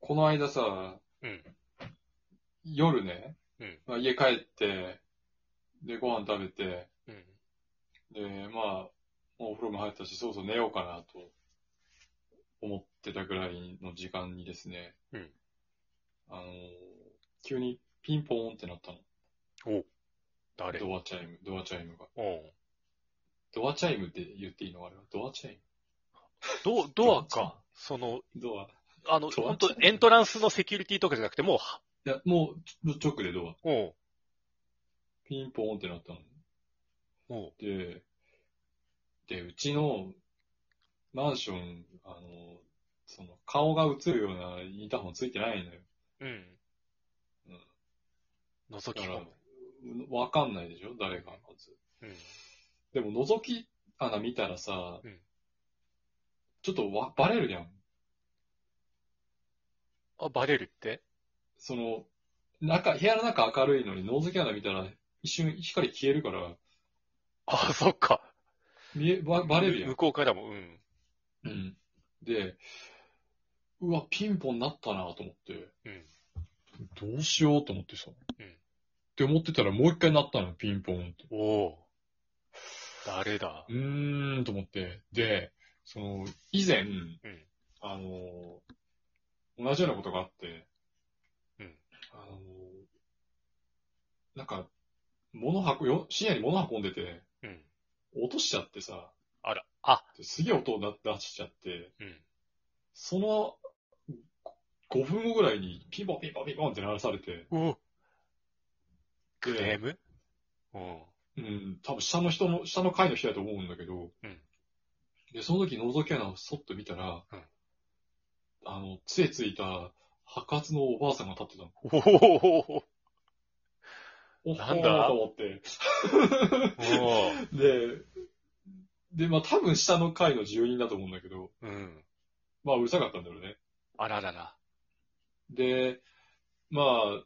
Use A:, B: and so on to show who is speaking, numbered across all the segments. A: この間さ、
B: うん
A: 夜ね、
B: うん
A: まあ、家帰って、で、ご飯食べて、
B: うん。
A: で、まあ、もうお風呂も入ったし、そろそろ寝ようかなと思ってたぐらいの時間にですね、
B: うん
A: あのー急にピンポーンってなったの。
B: 誰
A: ドアチャイム、ドアチャイムが。
B: おう
A: ドアチャイムって言っていいのあれは。ドアチャイム
B: ド、ドアか。。その、
A: ドア。
B: あの、
A: ドア
B: 本当エントランスのセキュリティとかじゃなくて、もうは、
A: いや、もう、直でドア。
B: おう
A: ピンポーンってなったの。
B: おう
A: で、で、うちのマンション、あの、その顔が映るようなインターホンついてないのよ。
B: うん。覗
A: だか
B: き込
A: ら
B: む。、
A: わかんないでしょ誰かのやつ。
B: うん。
A: でも覗き穴見たらさ、
B: うん
A: ちょっとわバレるやん。
B: あ、バレるって
A: その、中、部屋の中明るいのに覗き穴見たら一瞬光消えるから、
B: あ、そっか。
A: 見え、ばバレるやん
B: 向。こうからも、うん。
A: うん。で、うわ、ピンポンなったなと思って、どうしようと思ってさ、
B: うん
A: って思ってたらもう一回なったの、ピンポンって。
B: おおう誰だ
A: うーん、と思って。で、その、以前、
B: ん
A: あの、同じようなことがあって、
B: うん
A: あの、なんか、物運よ、深夜に物運んでて、
B: うん。
A: 落としちゃってさ、
B: あら、あ、
A: ですげえ音をな出しちゃって、
B: うん。
A: その5分後ぐらいにピンポンピンポンピンポンって鳴らされて、
B: おうク
A: で
B: レームおう
A: うん、多分下の人の、下の階の人だと思うんだけど、
B: うん
A: で、その時覗き穴をそっと見たら、
B: うん
A: あの、杖ついた白髪のおばあさんが立ってたの。
B: おお
A: おっ
B: なんだ
A: と思って。
B: お う
A: で、で、まあ多分下の階の住人だと思うんだけど、
B: うん。
A: まあうるさかったんだろうね。
B: あららら。
A: で、まあ、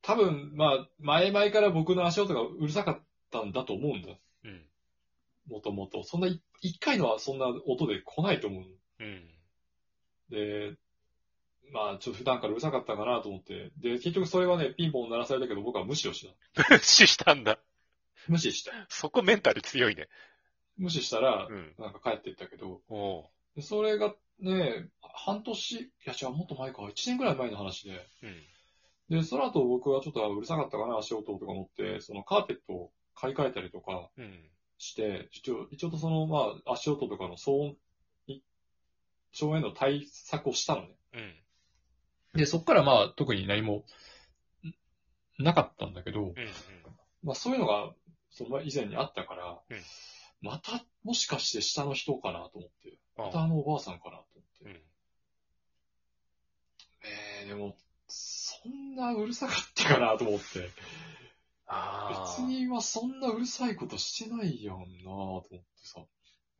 A: 多分、まあ、前々から僕の足音がうるさかったんだと思うんだ。
B: うん。
A: もともと。そんな、い一回のはそんな音で来ないと思う。
B: うん。
A: で、まあ、ちょっと普段からうるさかったかなと思って。で、結局それはね、ピンポン鳴らされたけど、僕は無視をした。
B: 無視したんだ。
A: 無視した。
B: そこメンタル強いね。
A: 無視したら、
B: うん。
A: なんか帰ってったけど、
B: おう
A: でそれがね、半年、いや違う、もっと前か、一年くらい前の話で。
B: うん。
A: で、その後僕はちょっとあうるさかったかな、足音とか思って、そのカーペットを買い替えたりとか
B: うん。
A: して、一応、一応その、まあ、足音とかの騒音に、騒音への対策をしたのね。
B: うん。
A: で、そっからまあ特に何もんなかったんだけど、
B: うん。うん
A: まあそういうのが、そのまあ以前にあったから、
B: うん
A: またもしかして下の人かなと思って、
B: あ
A: またあのおばあさんかなと
B: う
A: 思って。
B: ん。
A: えー、でも、そんなうるさかったかなと思って。
B: ああ。
A: 別にはそんなうるさいことしてないやんなと思ってさ。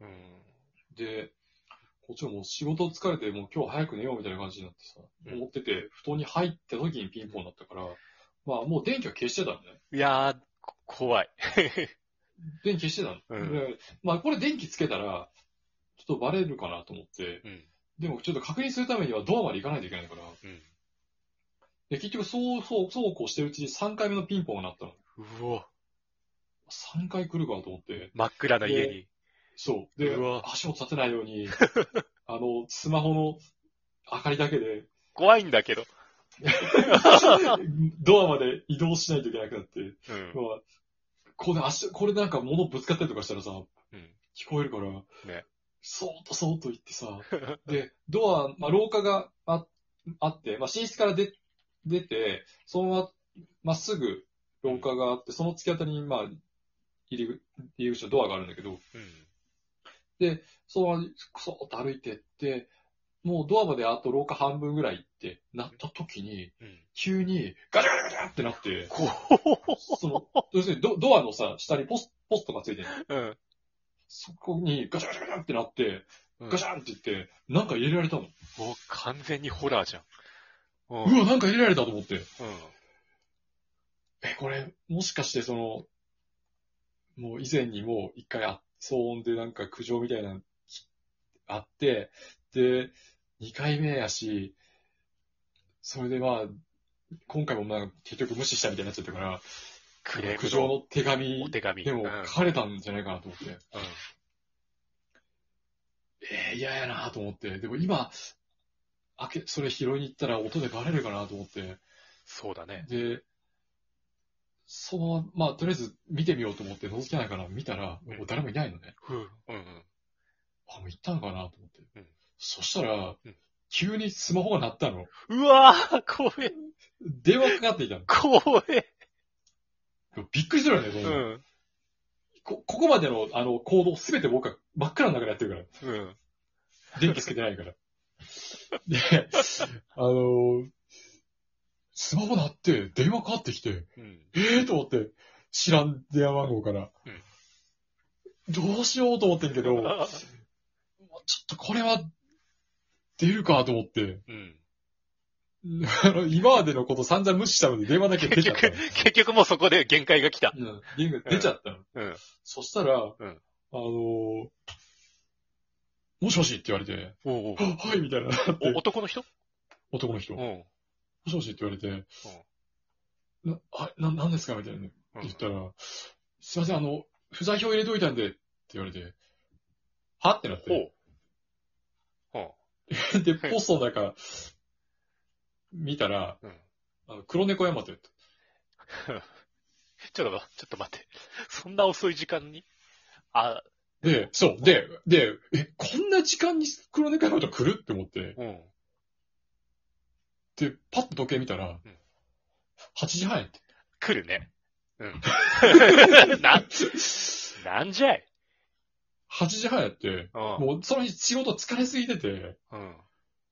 B: うん。
A: で、こっちはもう仕事疲れて、もう今日早く寝ようみたいな感じになってさ、
B: うん
A: 思ってて、布団に入った時にピンポンだったから、まあもう電気は消してたんだね。
B: いやー、こ怖い。
A: 電気消してたの。
B: うん
A: でまあ、これ電気つけたら、ちょっとバレるかなと思って、
B: うん。
A: でもちょっと確認するためにはドアまで行かないといけないから、
B: うん。
A: で、結局そう、そう、そうこうしてるうちに3回目のピンポンが鳴ったの。
B: うわ。
A: 3回来るかと思って、
B: 真っ暗な家に。
A: そう。で
B: うわ、
A: 足を立てないよう に、あの、スマホの明かりだけで、
B: 怖いんだけど。
A: ドアまで移動しないといけなくなって、
B: う
A: ま
B: ん。
A: あ、これ足、これなんか物ぶつかったりとかしたらさ、
B: うん。
A: 聞こえるから、
B: ね
A: そーっとそーっと行ってさ、で、ドア、まあ、廊下がああって、まあ、寝室から出出て、そのまままっすぐ廊下があって、その突き当たりに、まあ、入り口入り口のドアがあるんだけど、
B: うん。
A: そのままそーっと歩いてって、もうドアまであと廊下半分ぐらい行って、なった時に、
B: うん。
A: 急にガチャガチャガチャってなって、
B: こ
A: その、要するにドドアのさ、下にポスポストがついてる。
B: うん。
A: そこにガチャガチャガチャってなって、
B: うん
A: ガチャンって言って、なんか入れられたの。
B: もう完全にホラーじゃん。うん。
A: うわ、なんか入れられたと思って。
B: うん。
A: え、これ、もしかしてその、もう以前にもう一回あ騒音でなんか苦情みたいなのきあって、で、二回目やし、それでまあ、今回もまあ、結局無視したみたいになっちゃったから、
B: クレ
A: 苦
B: ー
A: 情
B: ムの
A: の手紙
B: お手紙。
A: で
B: うん
A: も
B: うん
A: 書かれたんじゃないかなと思って。えー、嫌やなと思って。でも今、開け、それ拾いに行ったら音でバレるかなと思って。
B: そうだね。
A: で、そのまま、まあ、とりあえず見てみようと思って、覗きながら見たら、もう誰もいないのね。
B: うん。うん。
A: あ、もう行ったのかなと思って。
B: うん
A: そしたら、
B: うん
A: 急にスマホが鳴ったの。
B: うわぁ、怖え、
A: 電話かかってきたの。
B: 怖え。
A: びっくりするよね、そん
B: う
A: なの
B: ん。
A: こ。ここまでの、あの、行動すべて僕は真っ暗の中でやってるから。
B: うん。
A: 電気つけてないから。で、あのースマホ鳴って、電話かかってきて、
B: うん。
A: ええー、と思って、知らん電話番号から。どうしようと思ってんけど、ちょっ
B: あ
A: とこれは、出るかと思って、
B: うん。
A: あの 今までのこと散々無視したので電話だけ出ち
B: 結
A: ゃっ
B: 局
A: たの。、
B: 結局もうそこで限界が来た。
A: うん、電話出ちゃったの。
B: うん。
A: そしたら、
B: ん
A: あのーもしもしって言われて、
B: おう
A: あはい、みたいな。
B: おうお男の人
A: 男の人。
B: うん。うん
A: もしもしって言われて、な、あ、な、何ですかみたいな。言ったら、すいません、あの、不在票入れといたんで、って言われて、はってなって。
B: おう。お
A: で、ポストの中、見たら、
B: うん。
A: あの黒猫山手って。
B: ちょっと、ちょっと待って。そんな遅い時間にあ、
A: で、そう、で、で、え、こんな時間に黒猫山手来るって思って、
B: うん。
A: で、パッと時計見たら
B: うん、
A: 8時半やって。
B: 来るね。うん。 な、なんじゃい。
A: 8時半やって、
B: うん。
A: もうその日仕事疲れすぎてて、
B: うん。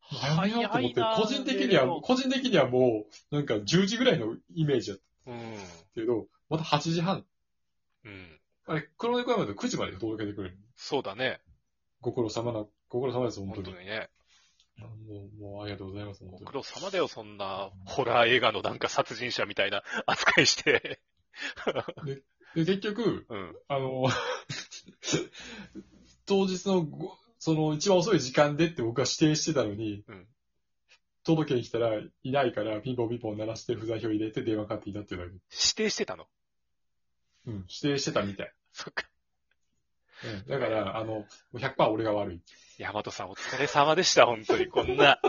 A: 早いなと思って、
B: 早いな
A: 個人的には、個人的にはもう、なんか10時ぐらいのイメージやっ
B: うん。
A: たけど、また8時半
B: うん。
A: あれ、黒猫山で9時まで届けてくれる。
B: そうだね。
A: ご苦労様な、ご苦労様です、本当
B: 本
A: に
B: 当。にね。
A: もう、もうありがとうございます、本
B: ご
A: 当
B: 苦労様だよ、そんな、ホラー映画のなんか殺人者みたいな 扱いして。
A: に。で、結局、
B: うん。
A: あの、 当日のご、その一番遅い時間でって僕は指定してたのに、
B: うん
A: 届けに来たらいないから、ピンポンピンポン鳴らして不在票入れて電話かかっていたっていうだけ。
B: 指定してたの。
A: うん、指定してたみたい。
B: そっか。
A: うん、だから、あの、100%俺が悪い。
B: ヤマトさんお疲れ様でした、本当に。こんな、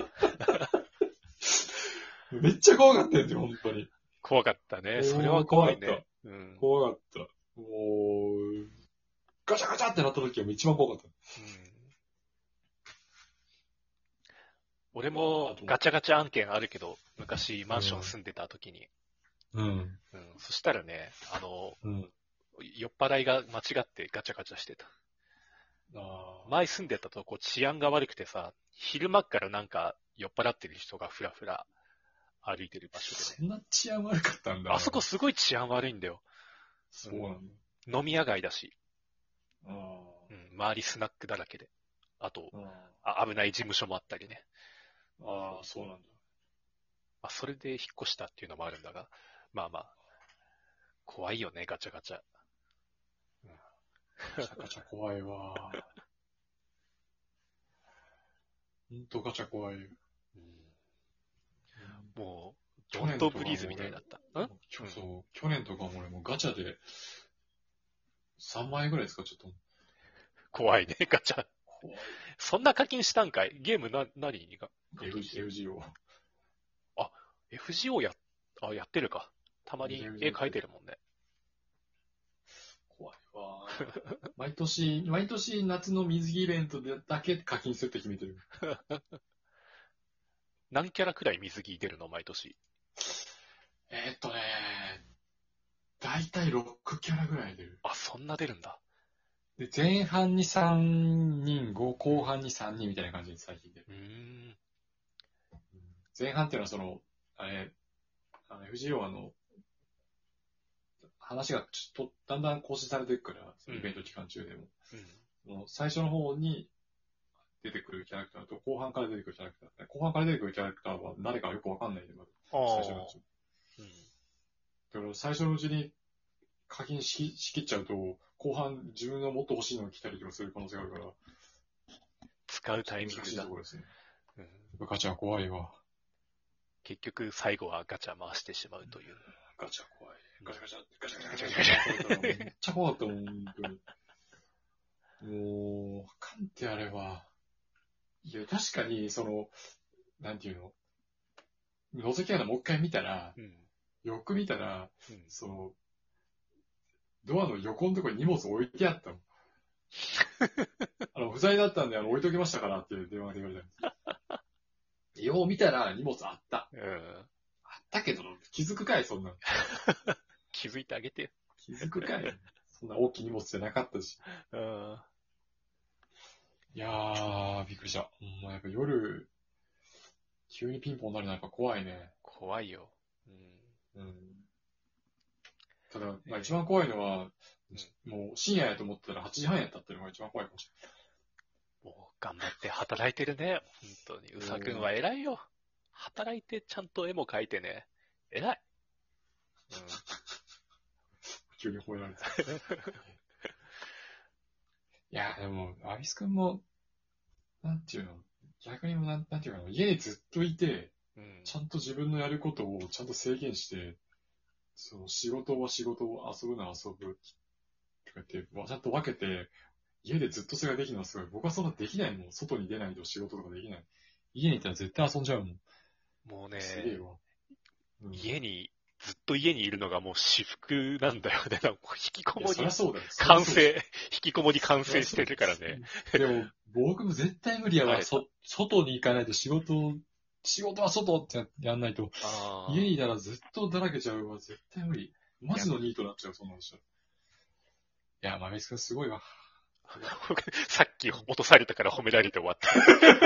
A: めっちゃ怖かったんですよ、本当に。
B: 怖かった ね。それは怖いね。うん。
A: 怖かった。もう、ガチャガチャってなった時が一番怖かっ
B: うん俺もガチャガチャ案件あるけど、昔マンション住んでた時に。
A: た。うん。
B: うん。そしたらね、あの、
A: うん。
B: 酔っ払いが間違ってガチャガチャしてた。
A: ああ。
B: 前住んでたとこ治安が悪くてさ、昼間っからなんか酔っ払ってる人がふらふら歩いてる場所で
A: そ
B: ね。
A: んな治安悪かったんだ。
B: あそこすごい治安悪いんだよ。
A: そうなんだ。
B: 飲み屋街だし、
A: あ
B: うん、周りスナックだらけで。あと、
A: あ。
B: あ危ない事務所もあったりね。
A: ああ、そうなんだ。
B: まあ、それで引っ越したっていうのもあるんだが、まあまあ、怖いよね、ガチャガチャ。
A: ガチャガチャ怖いわ。ほんとガチャ怖いよ。
B: もう、ドントブリーズみたいだった。ん
A: 去そう、去年とかも俺もうガチャで3万円ぐらい使っちゃった
B: 怖いね、 ガチャ。
A: 怖い。
B: そんな課金したんかいゲームな、何が
A: FG FGO。
B: FGO や、あ、やってるか。たまに絵描いてるもんね。
A: 怖いわ。毎年、毎年夏の水着イベントでだけ課金するって決めてる。
B: 何キャラくらい水着出るの毎年。
A: えーっとね、だいたい6キャラぐらい出る。
B: あ、そんな出るんだ。
A: で、前半に3人、後後半に3人みたいな感じで最近で。
B: うーん。
A: 前半っていうのはその、あれ、あの、藤尾あの、話がちょっとだんだん更新されていくから、そのイベント期間中でも。
B: うん
A: その最初の方に出てくるキャラクターと後半から出てくるキャラクター。後半から出てくるキャラクターは誰かよくわかんないで、まず
B: あ
A: 最
B: あ
A: 初のうち。
B: うん
A: だから最初のうちに課金ししきっちゃうと、後半自分がもっと欲しいのが来たりとかする可能性があるから、
B: 使うタイミン
A: 難
B: グ
A: しいと
B: だ
A: こ。ろですね。
B: うん
A: ガチャ怖いわ。
B: 結局最後はガチャ回してしまうという。
A: ガチャ怖い。ガチャガチャ、ガチャガチャガチャガチャガチャ。めっちゃ怖かったもん、本当に。もう、わかんってあれは。いや、確かに、その、なんていうの覗き穴もう一回見たら、
B: うん。
A: よく見たら、
B: うん
A: その、ドアの横のところに荷物置いてあったの。あの、不在だったんで、あの、置いときましたからっていう電話で言われたんです。よう見たら荷物あった。
B: うん。
A: あったけど、気づくかい、そんなの。
B: 気づいてあげて。
A: 気づくかい。そんな大きい荷物じゃなかったし。
B: うん。
A: いやー、びっくりした。もうやっぱ夜、急にピンポンになるのはやっぱ怖いね。
B: 怖いよ。うん。
A: うん。ただ、まあ一番怖いのは、もう深夜やと思ってたら8時半やったっていうのが一番怖いかもし
B: もう頑張って働いてるね。本当に。うさくんは偉いよ。働いてちゃんと絵も描いてね。偉い。
A: れない。急に吠えられた。いや、でも、アビス君も、なんていうの、逆にもなん、なんていうかな、家にずっといて、
B: うん。うん。
A: ちゃんと自分のやることをちゃんと制限して、その仕事は仕事を遊ぶなら遊ぶ。とかって、わちゃんと分けて、家でずっとそれができるのはすごい。僕はそんなできないもん。外に出ないと仕事とかできない。家にいたら絶対遊んじゃうもん。
B: もうね、
A: すげえわ。うん
B: 家に、ずっと家にいるのがもう私服なんだよね。なんかこう引きこ
A: いや
B: も
A: そり
B: り
A: ゃそうだよ。
B: 完
A: そりゃ
B: 成、引きこもり完
A: そうだ
B: 成
A: よ
B: してるからね。。
A: でも、僕も絶対無理や
B: は
A: わ。
B: い
A: そ、外に行かないと仕事を、仕事は外ってややんないと。
B: あー
A: 家にいたらずっとだらけちゃうわ。絶対無理。マジのニートになっちゃう、そんなのしたらいや、まめつくんすごいわ。
B: さっき落とされたから褒められて終わった。